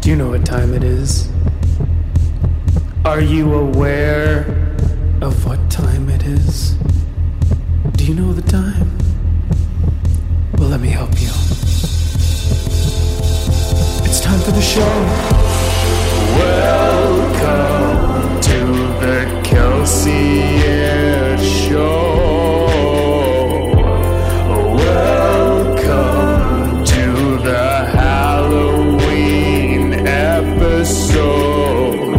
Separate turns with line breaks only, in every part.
Do you know what time it is? Are you aware of what time it is? Do you know the time? Well, let me help you. It's time for the show. Welcome to the Kelsey Air Show. Welcome to the Halloween episode.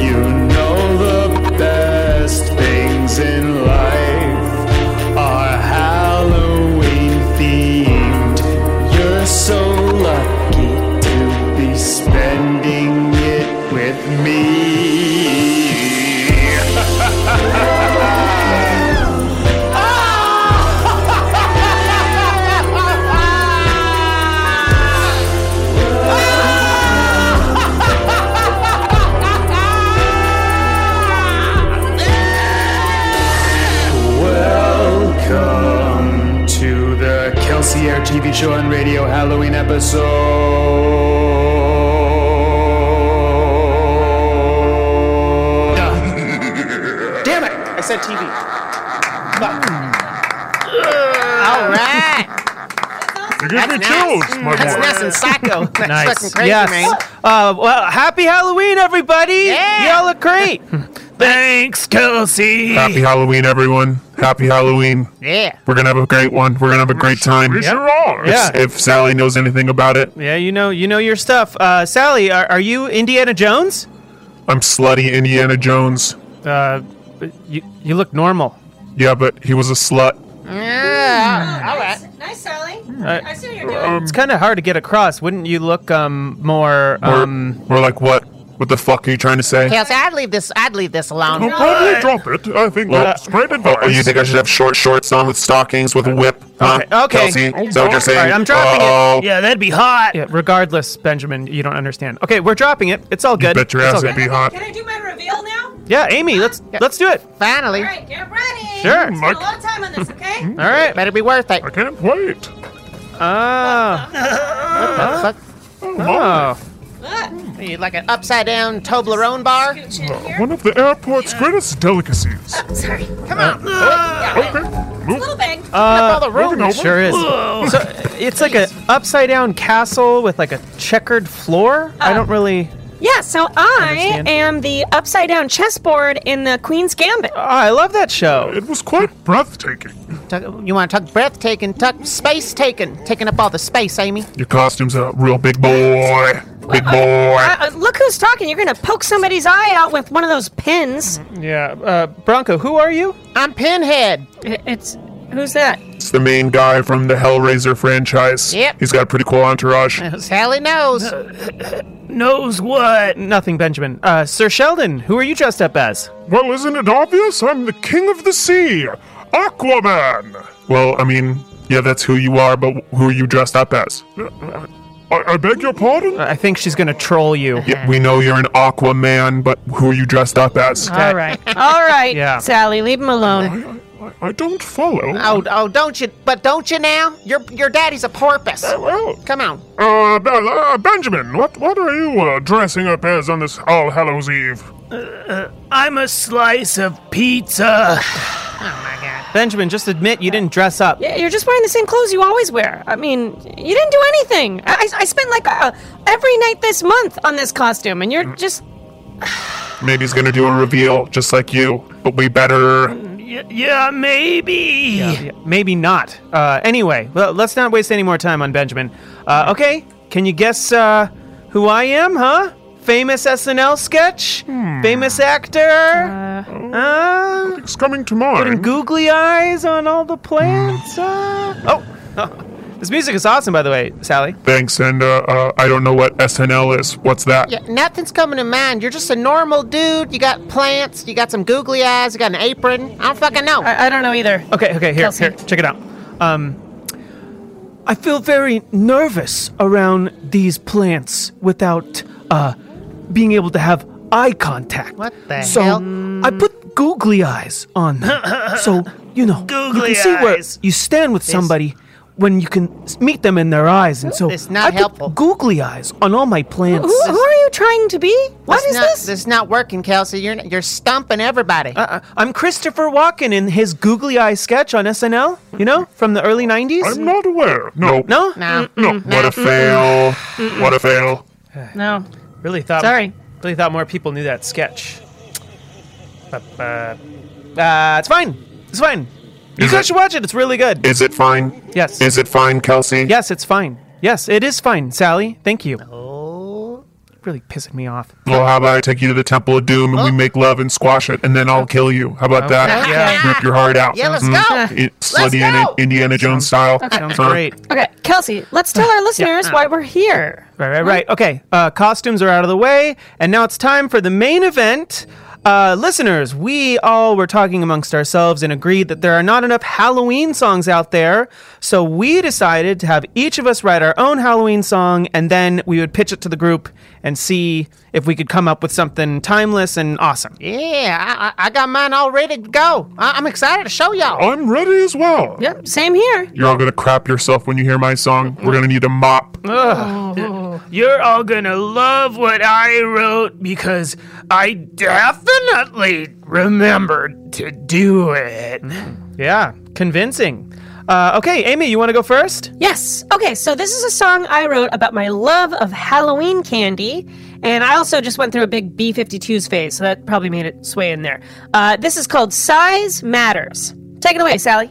You know the best things in life are Halloween themed. You're so lucky to be spending it with me. Welcome to the Kelsey Air TV show and radio Halloween episode.
Damn it! I said TV.
All right.
You're giving me
That's nice.
chills, my
That's
boy.
nuts and psycho. That's
Nice.
fucking crazy,
yes.
man.
Uh, well, happy Halloween, everybody.
Yeah.
Y'all look great. Thanks, Kelsey.
Happy Halloween, everyone. Happy Halloween.
Yeah.
We're gonna have a great one. We're gonna have a great time.
We sure are.
Yeah.
If Sally knows anything about it,
Yeah, you know, you know your stuff. Uh, Sally, are, are you Indiana Jones?
I'm slutty Indiana Jones.
Uh, you you look normal.
Yeah, but he was a slut.
Yeah. All right.
Nice, Sally.
Uh,
I see what you're doing.
It's kind of hard to get across. Wouldn't you look um more
We're,
um?
we're like, what? What the fuck are you trying to say?
Kelsey, I'd leave this. I'd leave this alone.
Well, probably drop it. Oh, I think that's great advice.
Oh, you think I should have short shorts on with stockings with a whip? Huh?
Okay, okay.
Kelsey, so what you're saying?
All right, I'm dropping
Uh-oh.
it. Yeah, that'd be hot. Yeah, regardless, Benjamin, you don't understand. Okay, we're dropping it. It's all good.
bet your
It's
ass
all
it
good.
be hot.
Can I do my reveal now?
Yeah, Amy, let's let's do it.
Finally,
All right, get ready.
Sure.
Spend a lot of time on this, okay?
All right.
better be worth it.
I can't wait.
Oh,
Fuck.
oh.
Look,
You like an upside down Toblerone bar?
gooch in here.
One of the airport's greatest delicacies.
Sorry. Come on. yeah,
Okay. Move.
Little bang.
Uh,
Up all the room.
It sure is. So it's like a upside down castle with like a checkered floor. I don't really.
yeah, so I
Understand.
am the upside down chessboard in the Queen's Gambit.
Oh, I love that show.
It was quite breathtaking.
Tuck- You want to talk breathtaking, talk space taking, taking up all the space, Amy.
Your costume's a real big boy. Big boy.
Ah.
Uh, uh, look who's talking. You're going to poke somebody's eye out with one of those pins.
Yeah, uh, Bronco, who are you?
I'm Pinhead.
It's. Who's that?
It's the main guy from the Hellraiser franchise.
Yep.
He's got a pretty cool entourage.
Sally knows.
Knows what? Nothing, Benjamin. Uh, Sir Sheldon, who are you dressed up as?
Well, isn't it obvious? I'm the king of the sea, Aquaman.
Well, I mean, yeah, that's who you are, but who are you dressed up as?
I, I beg your pardon?
Uh-uh.
I think she's gonna troll you.
Yeah, we know you're an Aquaman, but who are you dressed up as?
Uh-huh.
All right. All right,
Yeah.
Sally, leave him alone.
I, I, I don't follow.
Oh, oh, don't you? But don't you now? Your your daddy's a porpoise.
Well,
Come on.
uh, Be- uh, Benjamin, what, what are you uh, dressing up as on this All Hallows Eve?
I'm a slice of pizza.
Oh my God.
Benjamin, just admit you didn't dress up.
Yeah, You're just wearing the same clothes you always wear. I mean, you didn't do anything. I, I- I spent like uh, every night this month on this costume, and you're just.
Maybe he's gonna do a reveal, just like you, but we better.
yeah, maybe. maybe not. Uh, anyway, well, let's not waste any more time on Benjamin. Uh, okay, can you guess uh, who I am, huh? Famous SNL sketch? Famous actor? Hmm. Uh,
It's coming to mind.
googly eyes on all the plants? Uh, oh, this music is awesome, by the way, Sally.
Thanks, and uh, uh, I don't know what SNL is. What's that?
Yeah, nothing's coming to mind. You're just a normal dude. You got plants. You got some googly eyes. You got an apron. I don't fucking know.
I, I don't know either.
Okay, okay, here,
Kelsey.
here, check it out. Um, I feel very nervous around these plants without uh, being able to have eye contact.
What the
so
hell?
I put googly eyes on them, so you know you can see where you stand with somebody when you can s- meet them in their eyes, and so
It's not
I put
helpful.
googly eyes on all my plants.
Who, who are you trying to be? What
It's
is
not,
this?
It's not working, Kelsey. You're you're stumping everybody.
Uh, I'm Christopher Walken in his googly eye sketch on SNL. You know, from the early '90s.
I'm not aware. No.
no,
no.
No. What a fail. What a fail.
No.
Really thought.
Sorry.
Really thought more people knew that sketch. But, uh, uh, it's fine. It's fine. You
Is
guys
it-
should watch it. It's really good.
Is it fine?
yes.
Is it fine, Kelsey?
yes, it's fine. Yes, it is fine, Sally. Thank you. Oh. Really pissing me off.
Well, how about I take you to the Temple of Doom and we make love and squash it, and then I'll kill you? How about that?
Yeah.
Rip your heart out.
Yeah, let's
Mm.
go.
It- slutty
go.
Indiana, Indiana Jones style.
Sounds
Huh?
great.
Okay, Kelsey, let's tell our listeners why we're here.
Right, right, right. Okay, uh, costumes are out of the way, and now it's time for the main event. Uh, listeners, we all were talking amongst ourselves and agreed that there are not enough Halloween songs out there, so we decided to have each of us write our own Halloween song, and then we would pitch it to the group and see if we could come up with something timeless and awesome.
Yeah, I, I I got mine all ready to go. I, I'm excited to show y'all.
I'm ready as well.
Yep, same here.
You're all gonna crap yourself when you hear my song. We're gonna need a mop.
You're all gonna love what I wrote because I definitely remembered to do it.
Yeah, convincing. Uh, okay, Amy, you want to go first?
Yes. Okay, so this is a song I wrote about my love of Halloween candy. And I also just went through a big B 52s phase, so that probably made it sway in there. Uh, this is called Size Matters. Take it away, Sally.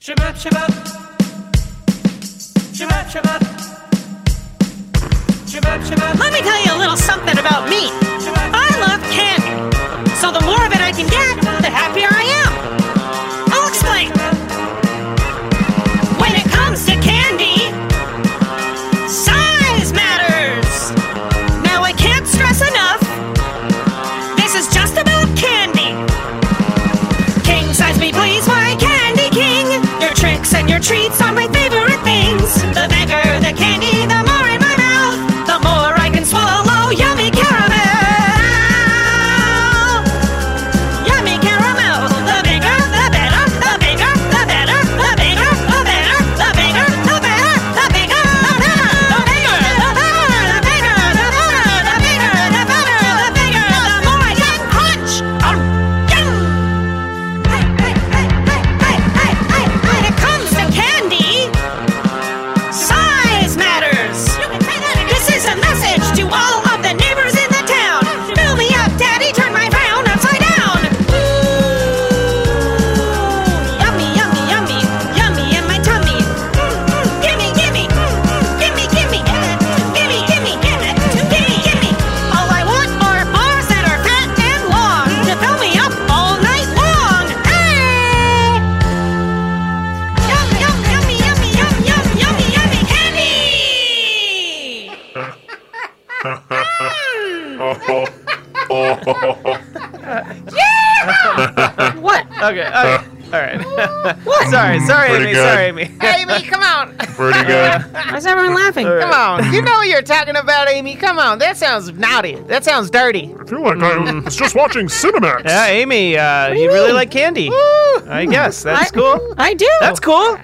Shabbat, shabbat. Shabbat, shabbat. Shabbat, shabbat.
Let me tell you a little something about me. I love candy. So the more of it I can get, the happier I am. I'll explain. When it comes to candy, size matters. Now I can't stress enough. This is just about candy. King size me, please, my candy king. Your tricks and your treats are my favorite things. The bigger the candy, the more in my mouth, the more I can swallow. Yummy caramel. Yummy caramel. The bigger, the better. The bigger, the better. The bigger, the better. The bigger, the better. The bigger, the better. The bigger, the better. The bigger, the better. The bigger, the better. The bigger, the more I can crunch. Um, yum. Hey, hey, hey, hey, hey, hey, hey. When it comes to candy, size matters. This is a message to all of the neighbors in the town. Fill me up, Daddy, turn my frown upside down. Ooh, yummy, yummy, yummy, yummy in my tummy. Mm, Gimme, gimme, mm, gimme, gimme, gimme, gimme, gimme, gimme, gimme. All I want are bars that are fat and long to fill me up all night long. Hey! Yum, yum, yummy, yummy, yum, yum, yummy, yummy candy!
What?
Okay, okay. Uh, all right.
What?
sorry, sorry,
Mm, pretty
Amy.
good.
Sorry, Amy.
Amy, come on,
Pretty good.
Why is everyone laughing?
come on. You know what you're talking about, Amy. Come on. That sounds naughty. That sounds dirty.
I feel like I was just watching Cinemax.
Yeah, Amy, uh, you, really
mean?
like candy. I guess that's
I-
cool.
I do.
That's cool.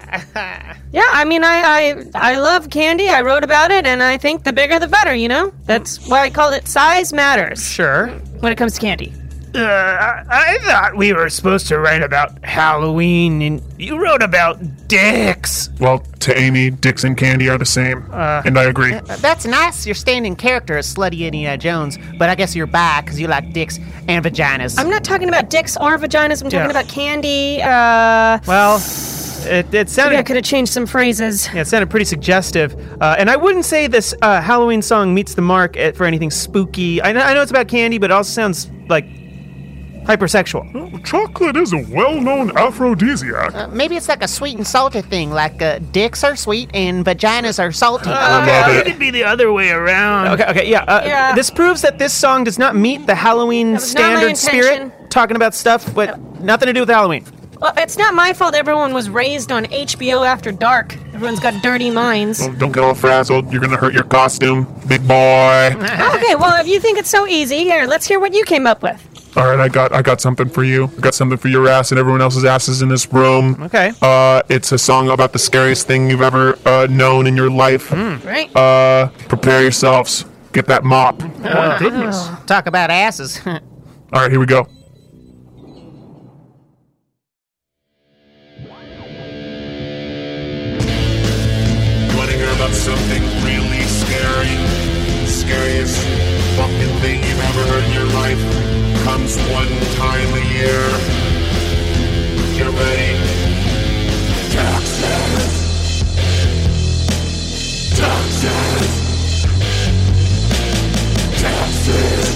Yeah, I mean, I, I I love candy. I wrote about it, and I think the bigger the better. You know, that's why I call it size matters
Sure.
when it comes to candy.
Uh, I, I thought we were supposed to write about Halloween, and you wrote about dicks.
Well, to Amy, dicks and candy are the same, and I agree.
That's nice. You're standing character as slutty Indiana Jones, but I guess you're bi because you like dicks and vaginas.
I'm not talking about dicks or vaginas. I'm talking
Yeah.
about candy. Uh,
Well, it, it
maybe I
sounded
could have changed some phrases.
yeah, it sounded pretty suggestive, uh, and I wouldn't say this uh, Halloween song meets the mark at, for anything spooky. I know, I know it's about candy, but it also sounds like
Hmm.
hypersexual.
Chocolate is a well-known aphrodisiac.
Uh, Maybe it's like a sweet and salty thing, like uh, dicks are sweet and vaginas are salty.
Love
It
it.
could be the other way around.
Okay, okay, yeah, uh,
Yeah.
This proves that this song does not meet the Halloween
was not my
standard spirit.
intention.
Talking about stuff, but nothing to do with Halloween.
Well, it's not my fault everyone was raised on HBO after dark. Everyone's got dirty minds.
Don't get all frazzled. You're gonna hurt your costume, big boy.
okay, well, if you think it's so easy, here, let's hear what you came up with.
All right, I got I got something for you. I got something for your ass and everyone else's asses in this room.
Okay.
Oh.
Uh, it's a song about the scariest thing you've ever uh, known in your life.
Right.
Uh, prepare yourselves. Get that mop.
Oh, goodness.
Talk about asses.
All right, here we go.
Want to hear about something really scary? Scariest fucking thing you've ever heard in your life comes one time a year. Get ready. Taxes! Taxes! Taxes! Taxes!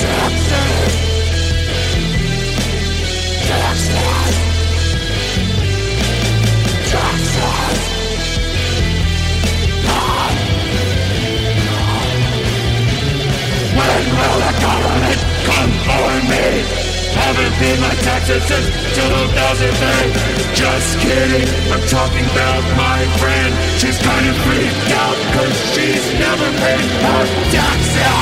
Taxes! Haven't paid my taxes since 2003. Just kidding, I'm talking about my friend. She's kind of freaked out because she's never paid her taxes.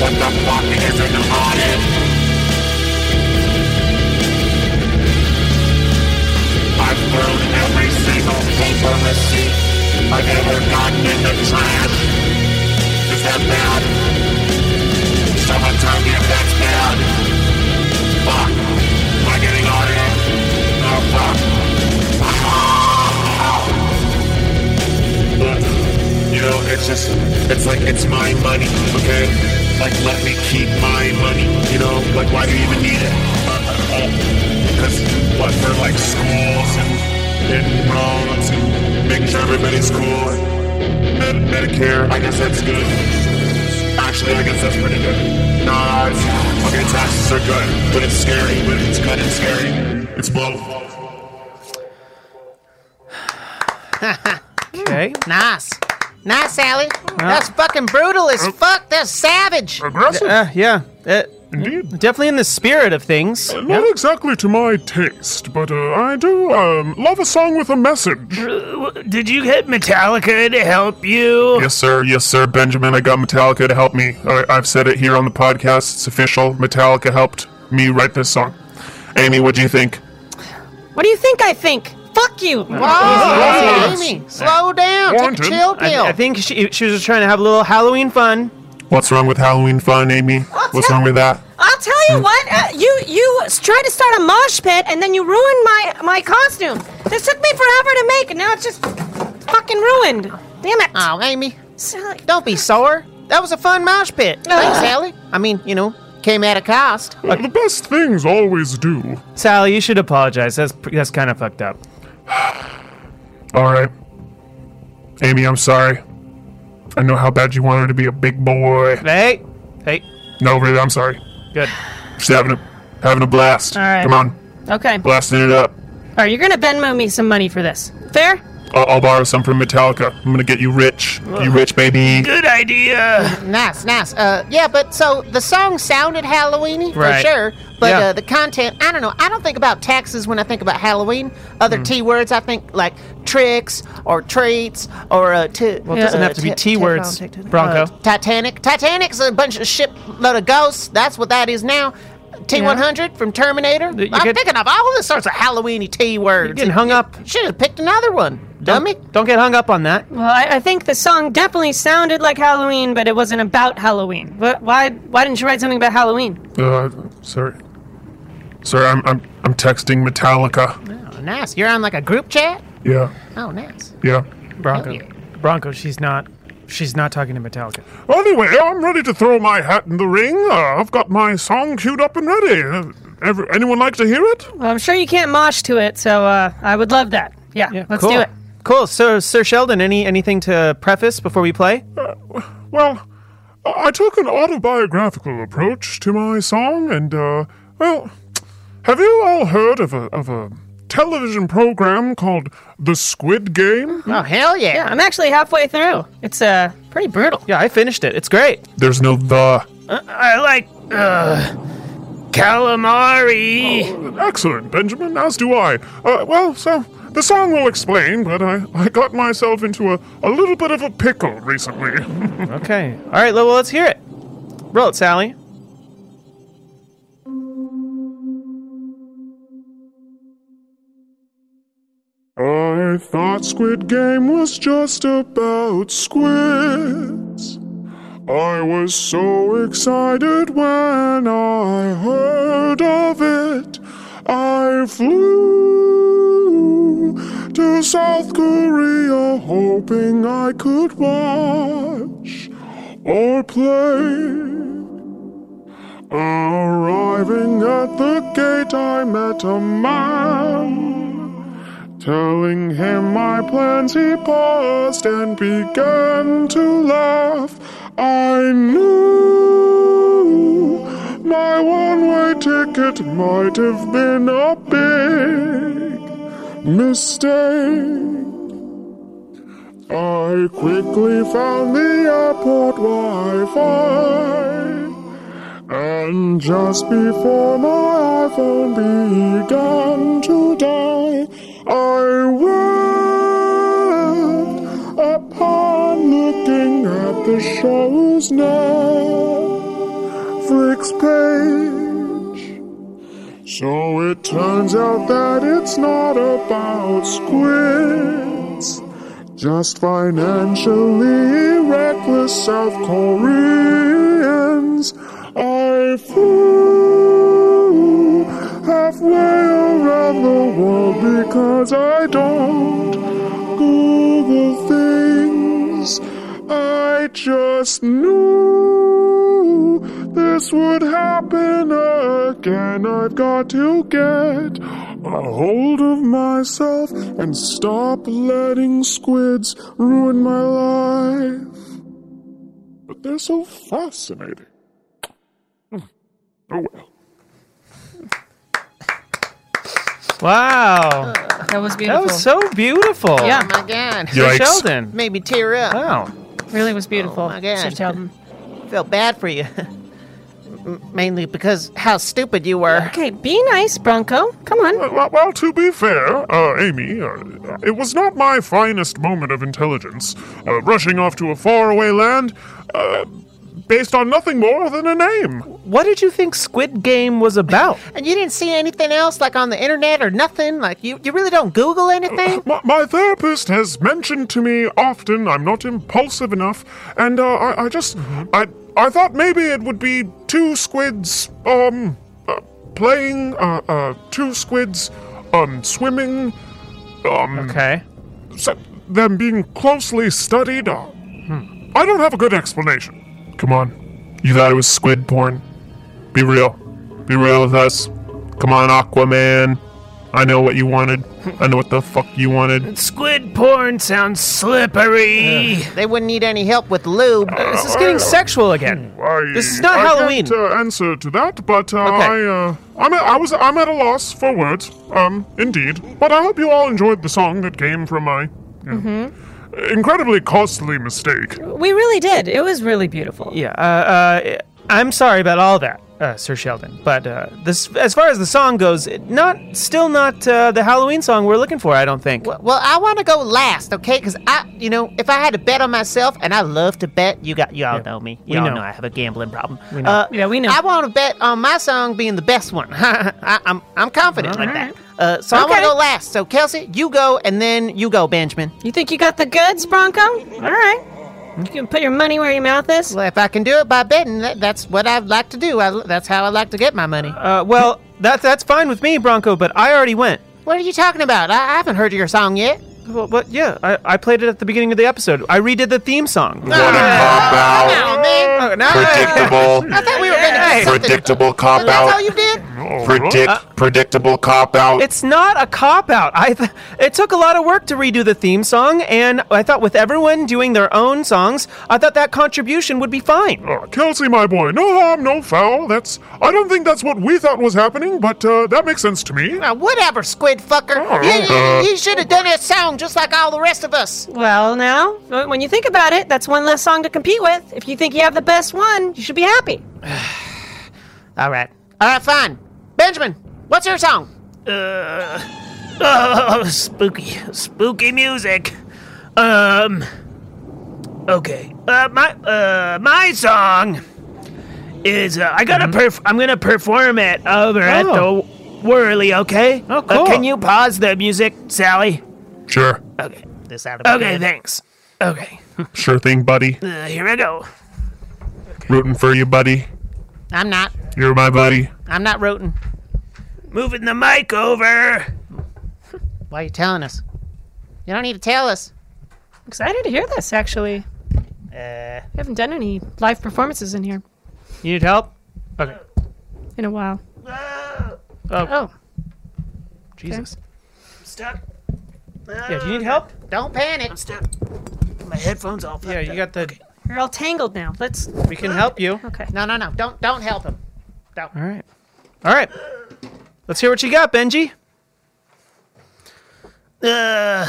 What the fuck is an audit? I've thrown every single paper receipt I've ever gotten in the trash. Is that bad? Someone tell me if that's bad. Fuck. Am I getting audited? Oh fuck. Look, you know, it's just, it's like, it's my money, okay? Like, let me keep my money, you know? Like, why do you even need it? Because, what, for like schools and, and roads and making sure everybody's cool and Med- Medicare, I guess that's good. Actually, I guess that's pretty good. Nah, it's, okay, taxes are good, but it's scary, but it's good and scary. It's both.
Okay.
nice. Nice, Sally. That's fucking brutal as fuck. That's savage.
Aggressive.
Uh, yeah. Indeed. Definitely in the spirit of things.
Not exactly to my taste, but uh, I do um, love a song with a message.
Did you get Metallica to help you?
Yes, sir. Yes, sir. Benjamin, I got Metallica to help me. All right, I've said it here on the podcast. It's official. Metallica helped me write this song. Amy, what do you think?
What do you think I think? Fuck you.
Whoa, Oh,
uh,
Amy, slow down. Take a
Warranted.
chill pill.
I, I think she, she was just trying to have a little Halloween fun.
What's wrong with Halloween fun, Amy? What's wrong with that?
I'll tell you what. Uh, you you s- tried to start a mosh pit and then you ruined my my costume. This took me forever to make, and now it's just fucking ruined. Damn it.
oh, Amy,
Sally.
don't be sore. That was a fun mosh pit. Thanks, Sally. I mean, you know, came at a cost.
Uh, The best things always do.
Sally, you should apologize. That's pr- that's kind of fucked up.
All right. Amy, I'm sorry. I know how bad you wanted to be a big boy.
Hey, hey,
No, really, I'm sorry.
good.
Just having a, having a blast.
All right.
Come on,
Okay. All
blasting it up.
right, you're gonna Venmo me some money for this. Fair?
I'll, I'll borrow some from Metallica. I'm gonna get you rich. You rich, baby.
Good idea.
Nice, nice. Uh, yeah, but so the song sounded Halloweeny
Right.
for sure. But
Yeah.
uh, the content, I don't know. I don't think about taxes when I think about Halloween.
Hmm.
Other T words, I think like tricks or treats or uh, t-
Well, it doesn't have to be T words, Bronco.
Titanic. Titanic's a bunch of ship load of ghosts. That's what that is now. T one hundred from Terminator.
You
I'm
could-
picking up all the sorts of Halloweeny T words.
Getting hung up.
Should have picked another one, dummy.
Don't get hung up on that.
Well, I, I think the song definitely sounded like Halloween, but it wasn't about Halloween. Wh- Why why didn't you write something about Halloween?
Uh, sorry. Sorry, I'm I'm I'm texting Metallica.
Oh, nice. You're on like a group chat.
Yeah,
Oh, nice.
yeah.
Bronco. Bronco, she's not. She's not talking to Metallica.
Anyway, I'm ready to throw my hat in the ring. Uh, I've got my song queued up and ready. Uh, every, anyone like to hear it?
Well, I'm sure you can't mosh to it, so uh, I would love that. Yeah, let's
cool.
do it.
Cool. So, Sir Sheldon, any anything to preface before we play?
Well, I I took an autobiographical approach to my song, and uh, well, have you all heard of a of a television program called The Squid Game?
Oh, hell yeah.
Yeah, I'm actually halfway through. It's uh, pretty brutal.
Yeah, I finished it. It's great.
There's no the.
I like. Uh,
calamari.
Oh, Excellent, Benjamin, as do I. Uh, well, so the song will explain, but I, I got myself into a, a little bit of a pickle recently.
okay. All right, well, let's hear it. Roll it, Sally.
I thought Squid Game was just about squids. I was so excited when I heard of it. I flew to South Korea hoping I could watch or play. Arriving at the gate, I met a man. Telling him my plans, he paused and began to laugh. I knew my one way ticket might have been a big mistake. I quickly found the airport Wi Fi, and just before my iPhone began to die, I wept upon looking at the show's Netflix page. So it turns out that it's not about squids, just financially reckless South Koreans. I flew halfway around the world because I don't Google things. I just knew this would happen again. I've got to get a hold of myself and stop letting squids ruin my life. But they're so fascinating. Oh well.
Wow.
That was
That
beautiful.
was so beautiful.
Yeah, Oh, my God.
Sir Yikes. Sheldon.
Made me tear up.
Wow.
Really was beautiful.
my God.
Sir Sheldon.
Felt bad for you. M- Mainly because how stupid you were.
Okay, be nice, Bronco. Come on.
Well, well, to be fair, uh, Amy, uh, it was not my finest moment of intelligence, uh, rushing off to a faraway land uh, based on nothing more than a name.
What did you think Squid Game was about?
And you didn't see anything else, like on the internet or nothing? Like, you, you really don't Google anything?
My, my therapist has mentioned to me often I'm not impulsive enough, and uh, I, I just. I, I thought maybe it would be two squids, um, uh, playing, uh, uh, two squids, um, swimming, um,
Okay.
se- them being closely studied. Uh, I don't have a good explanation.
Come on. You thought it was squid porn. Be real. Be real with us. Come on, Aquaman. I know what you wanted. I know what the fuck you wanted.
Squid porn sounds slippery.
They wouldn't need any help with lube.
This is getting sexual again.
I,
This is not
I
Halloween.
Can't, uh, answer to that, but uh,
Okay.
I, uh, I'm at, I was I'm at a loss for words. Um, indeed. But I hope you all enjoyed the song that came from my you know,
Mm-hmm.
incredibly costly mistake.
We really did. It was really beautiful.
Yeah. Uh, uh, I'm sorry about all that, uh, Sir Sheldon. But uh, this, as far as the song goes, it not still not uh, the Halloween song we're looking for. I don't think.
Well, well, I want to go last, okay? Because I, you know, if I had to bet on myself, and I love to bet, you got, you all know me. You all
know.
know. I have a gambling problem.
know.
Uh,
Yeah, we know.
I want to bet on my song being the best one. I, I'm, I'm confident like that. Uh, so I want
Okay.
to go last. So Kelsey, you go, and then you go, Benjamin.
You think you got the goods, Bronco? All right. You can put your money where your mouth is.
Well, if I can do it by betting, that, that's what I'd like to do. I, that's how I like to get my money.
Uh, well, that that's fine with me, Bronco. But I already went.
what are you talking about? I, I haven't heard your song yet.
Well, but yeah, I, I played it at the beginning of the episode. I redid the theme song.
What a cop out.
Oh, man.
No,
I
Predictable.
thought we were going to
Hey.
do something.
Predictable cop
That's all
out.
you did?
Oh. Uh.
Predict. Predictable cop out.
It's not a cop out. I th- it took a lot of work to redo the theme song, and I thought with everyone doing their own songs, I thought that contribution would be fine.
Uh, Kelsey, my boy, no harm, no foul. That's I don't think that's what we thought was happening, but uh, that makes sense to me.
Now, whatever, squid fucker. You, you, should have done that song just like all the rest of us.
Well, now, when you think about it, that's one less song to compete with. If you think you have the best one, you should be happy.
All right. All right, fine. Benjamin, what's your song?
Uh, oh, spooky, spooky music. Um, okay. Uh, my uh, my song is uh, I gotta perf- I'm gonna perform it over at
Mm-hmm. Oh.
the Whirly. Okay. Oh,
cool.
can you pause the music, Sally?
Sure.
Okay.
This out
Okay. Thanks. Okay.
Sure thing, buddy.
Uh, here I go.
Rooting for you, buddy.
I'm not.
You're my buddy.
I'm not rooting.
Moving the mic over.
Why are you telling us? You don't need to tell us.
Excited to hear this, actually.
Uh,
We haven't done any live performances in here
You need help? Okay.
in a while.
Oh,
Oh,
Jesus.
Stuck.
Yeah, do you need help?
don't panic.
I'm stuck. My headphones all
Yeah, you got the.
you're all tangled now. Let's.
We can help you.
Okay.
No, no, no. Don't don't help him.
All right. All right. Let's hear what you got, Benji.
Uh,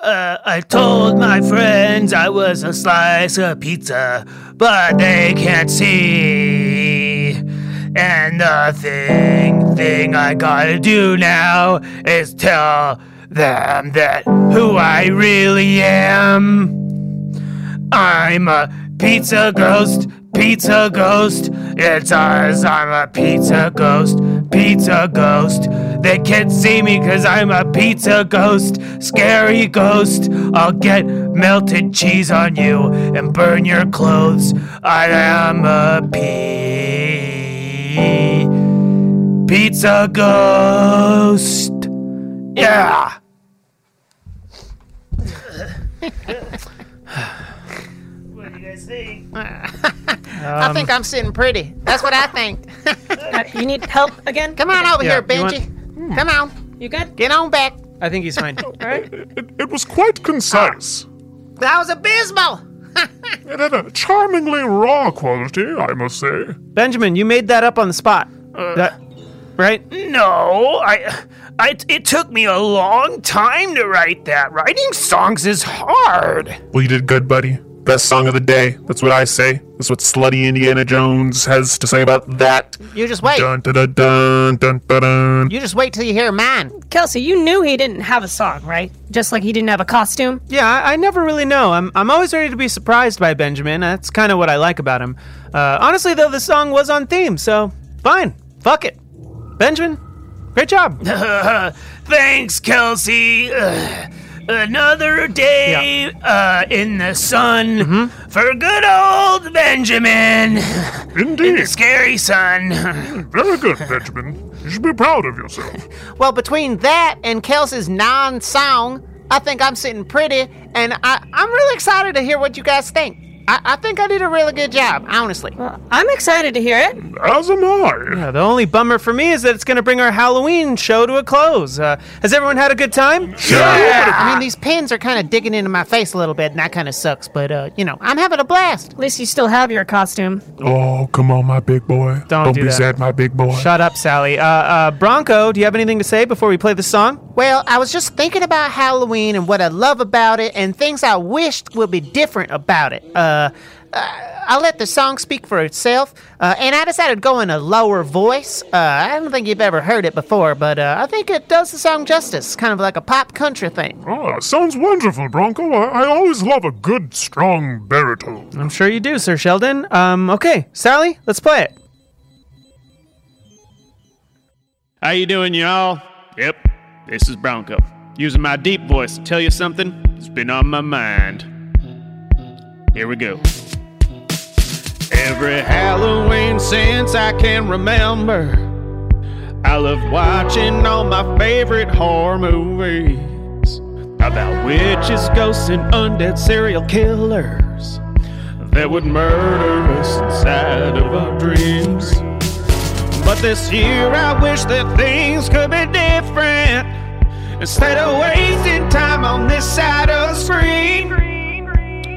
uh, I told my friends I was a slice of pizza, but they can't see. And the thing, thing I gotta do now is tell them that who I really am. I'm a pizza ghost, pizza ghost. It's us, I'm a pizza ghost, pizza ghost. They can't see me cause I'm a pizza ghost, scary ghost. I'll get melted cheese on you and burn your clothes. I am a pee. Pizza ghost. Yeah. what do you guys think?
I think I'm sitting pretty. That's what I think.
Uh, you need help again?
Come on over
Yeah,
here,
you want-
Benji. Come on.
You good?
Get on back.
I think he's fine.
All right.
It, it was quite concise.
That was abysmal.
It had a charmingly raw quality, I must say.
Benjamin, you made that up on the spot.
Uh.
that, right?
No, I, I. It took me a long time to write that. Writing songs is hard.
Well, you did good, buddy. Best song of the day. That's what I say. That's what slutty Indiana Jones has to say about that.
You just wait.
Dun dun dun dun dun dun. dun.
You just wait till you hear mine.
Kelsey, you knew he didn't have a song, right? Just like he didn't have a costume.
Yeah, I, I never really know. I'm, I'm always ready to be surprised by Benjamin. That's kind of what I like about him. Uh, honestly, though, the song was on theme, so fine. Fuck it. Benjamin, great job.
Thanks, Kelsey. Ugh. Another day uh, in the sun for good old Benjamin.
Indeed. Hmm,
The scary sun.
Very good, Benjamin. You should be proud of yourself.
Well, between that and Kelsey's non-song, I think I'm sitting pretty, and I, I'm really excited to hear what you guys think. I, I think I did a really good job, honestly.
Well, I'm excited to hear it.
As am I.
Yeah, Uh, the only bummer for me is that it's going to bring our Halloween show to a close. Uh, has everyone had a good time?
I mean, these pins are kind of digging into my face a little bit, and that kind of sucks. But uh, you know, I'm having a blast.
At least you still have your costume.
Oh, come on, my big boy.
Don't do
be
that.
sad, my big boy.
Shut up, Sally. Uh, uh, Bronco, do you have anything to say before we play the song?
Well, I was just thinking about Halloween and what I love about it, and things I wished would be different about it. Uh, I- I'll let the song speak for itself, uh, and I decided to go in a lower voice. Uh, I don't think you've ever heard it before, but uh, I think it does the song justice, kind of like a pop country thing.
Ah, sounds wonderful, Bronco. I, I always love a good, strong baritone.
I'm sure you do, Sir Sheldon. Um, okay, Sally, let's play it.
How you doing, y'all? Yep, this is Bronco. Using my deep voice to tell you something that's been on my mind. Here we go. Every Halloween since I can remember, I love watching all my favorite horror movies about witches, ghosts, and undead serial killers that would murder us inside of our dreams. But this year I wish that things could be different. Instead of wasting time on this side of the screen,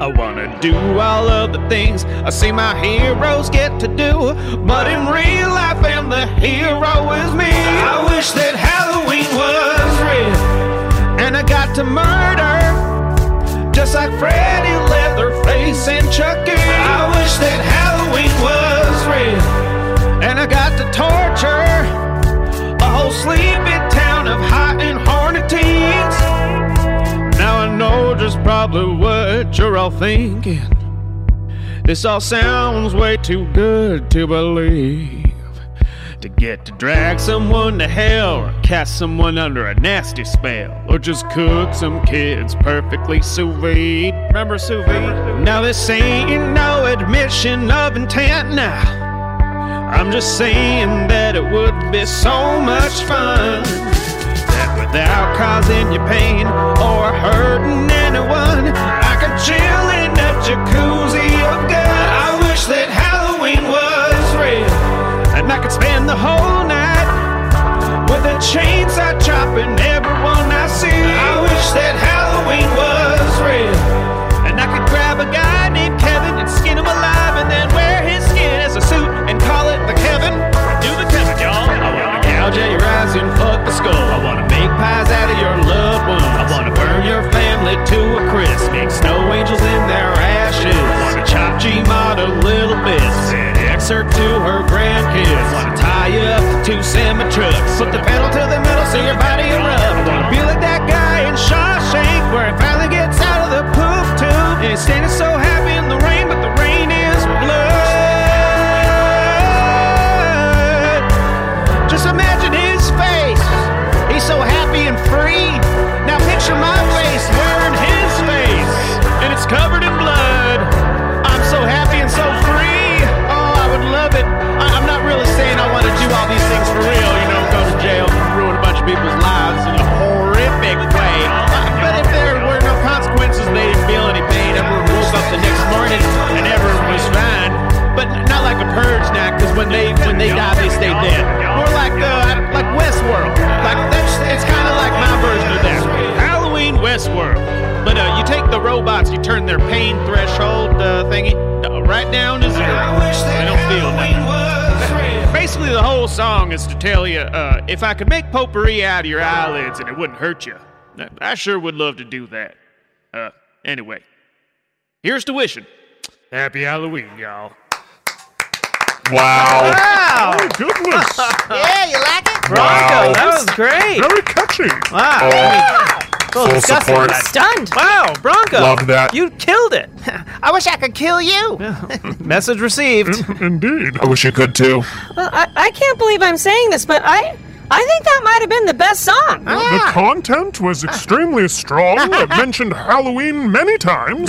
I wanna do all of the things I see my heroes get to do. But in real life, I'm the hero is me. I wish that Halloween was real and I got to murder. Just like Freddy Leatherface and Chucky. I wish that Halloween was real and I got to what you're all thinking. This all sounds way too good to believe. To get to drag someone to hell, or cast someone under a nasty spell, or just cook some kids perfectly sous vide. Remember sous vide? Now this ain't no admission of intent now. I'm just saying that it would be so much fun that without causing you pain or hurting anyone, I could chill in a jacuzzi of God. I wish that Halloween was real and I could spend the whole night with a chainsaw chopping everyone I see. I wish that Halloween was real, and I could grab a guy named Kevin and skin him alive, and then wear his skin as a suit and call it the Kevin. Do the Kevin, y'all. I wanna gouge out your eyes and fuck the skull. I wanna make pies out of your loved ones. I wanna burn your family to a crisp, make snow angels in their ashes. I wanna chop G-Mod a little bit, send Xer to her grandkids. I wanna tie you up to semi trucks, put the pedal to the metal so your body erupts. I wanna be like that guy in Shawshank where he finally gets out of the poop tube and he's standing so happy in the rain, but the rain is blood. Just imagine his face. He's so happy and free. Now picture my face wearing his face, and it's covered in blood. I'm so happy and so free. Oh, I would love it. I, I'm not really saying I want to do all these things for real, you know, go to jail, ruin a bunch of people's lives in a horrific way. But if there were no consequences, they didn't feel any pain. Everyone woke up the next morning and everyone was fine. But n- not like a purge now, because when they when they die, they stay dead. More like uh, like Westworld. Like that's it's kind of like my version of that. Halloween Westworld. But uh, you take the robots, you turn their pain threshold uh, thingy uh, right down to zero. They don't feel nothing. Basically, the whole song is to tell you uh, if I could make potpourri out of your eyelids and it wouldn't hurt you, I- I sure would love to do that. Uh, anyway, here's to wishing. Happy Halloween, y'all.
Wow.
Wow.
Oh, goodness.
yeah, you like it?
Bronco, that was great.
Very catchy.
Wow.
Oh.
Full
Full
disgusting.
support.
Stunned.
Wow, Bronco.
Love that.
You killed it.
I wish I could kill you.
Message received.
Indeed.
I wish you could too.
Well, I, I can't believe I'm saying this, but I I think that might have been the best song.
The content was extremely strong. I've mentioned Halloween many times.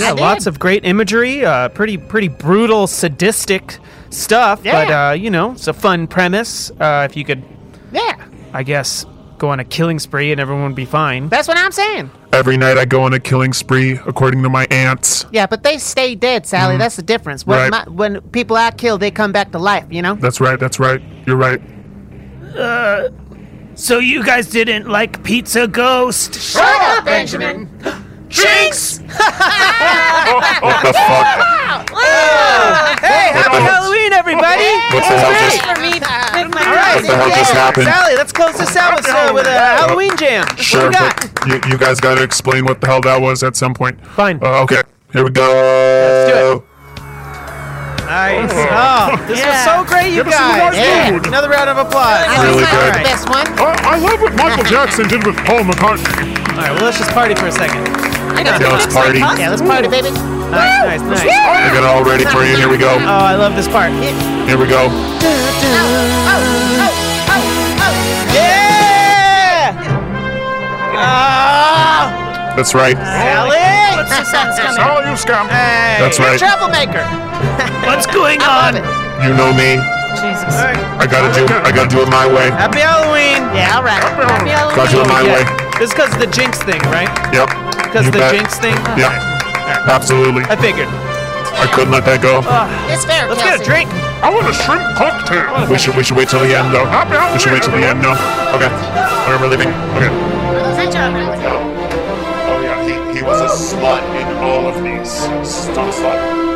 Yeah, lots of great imagery, uh, pretty pretty brutal, sadistic stuff. But
Yeah.
uh, you know, it's a fun premise. Uh, if you could,
Yeah,
I guess, go on a killing spree and everyone would be fine.
that's what I'm saying.
Every night I go on a killing spree, according to my aunts.
Yeah, but they stay dead, Sally. That's the difference. When,
Right.
my, when people I kill, they come back to life, you know?
That's right, that's right. You're right.
So you guys didn't like Pizza Ghost?
Shut up, Benjamin!
Jinx!
What the fuck?
Oh,
Hey, happy
the hell-
Halloween, everybody!
What the hell just
For me, with my
What the hell just happened?
Sally, let's close this out with, uh, with a Halloween jam.
Sure,
what we got?
but you, you guys got to explain what the hell that was at some point.
Fine.
Uh, okay, here we go.
Nice. Oh, this was so great, you
Give us some
guys.
more
Yeah.
food.
Another round of applause.
I
Really
was not
good.
the best one.
I, I love what Michael Jackson did with Paul McCartney.
All right, well, let's just party for a second. Oh,
Yeah, let's party.
Yeah, let's party, baby.
Nice, nice, nice.
I got it all ready for you. Here we go.
Oh, I love this part.
Here we go.
oh,
Yeah! Oh,
That's right.
Sally!
oh.
Sal, you scum.
Hey.
That's right.
Troublemaker.
What's going on?
You know me.
Jesus.
I gotta do. I gotta do it my way.
Happy Halloween!
Yeah, all right.
Gotta do it my way.
This is because of the jinx thing, right?
Yep.
Because
You
of the
bet.
jinx thing?
Yep. Absolutely.
I figured.
I couldn't let that go.
Uh,
It's fair,
Let's
Kelsey.
get a drink.
I want a shrimp
uh.
cocktail.
We should. We should wait till the end, though.
Happy
We should wait till the end. No. Okay. Alright, we're leaving. Okay. Oh yeah, he, he was a slut in all of these. Stop slut.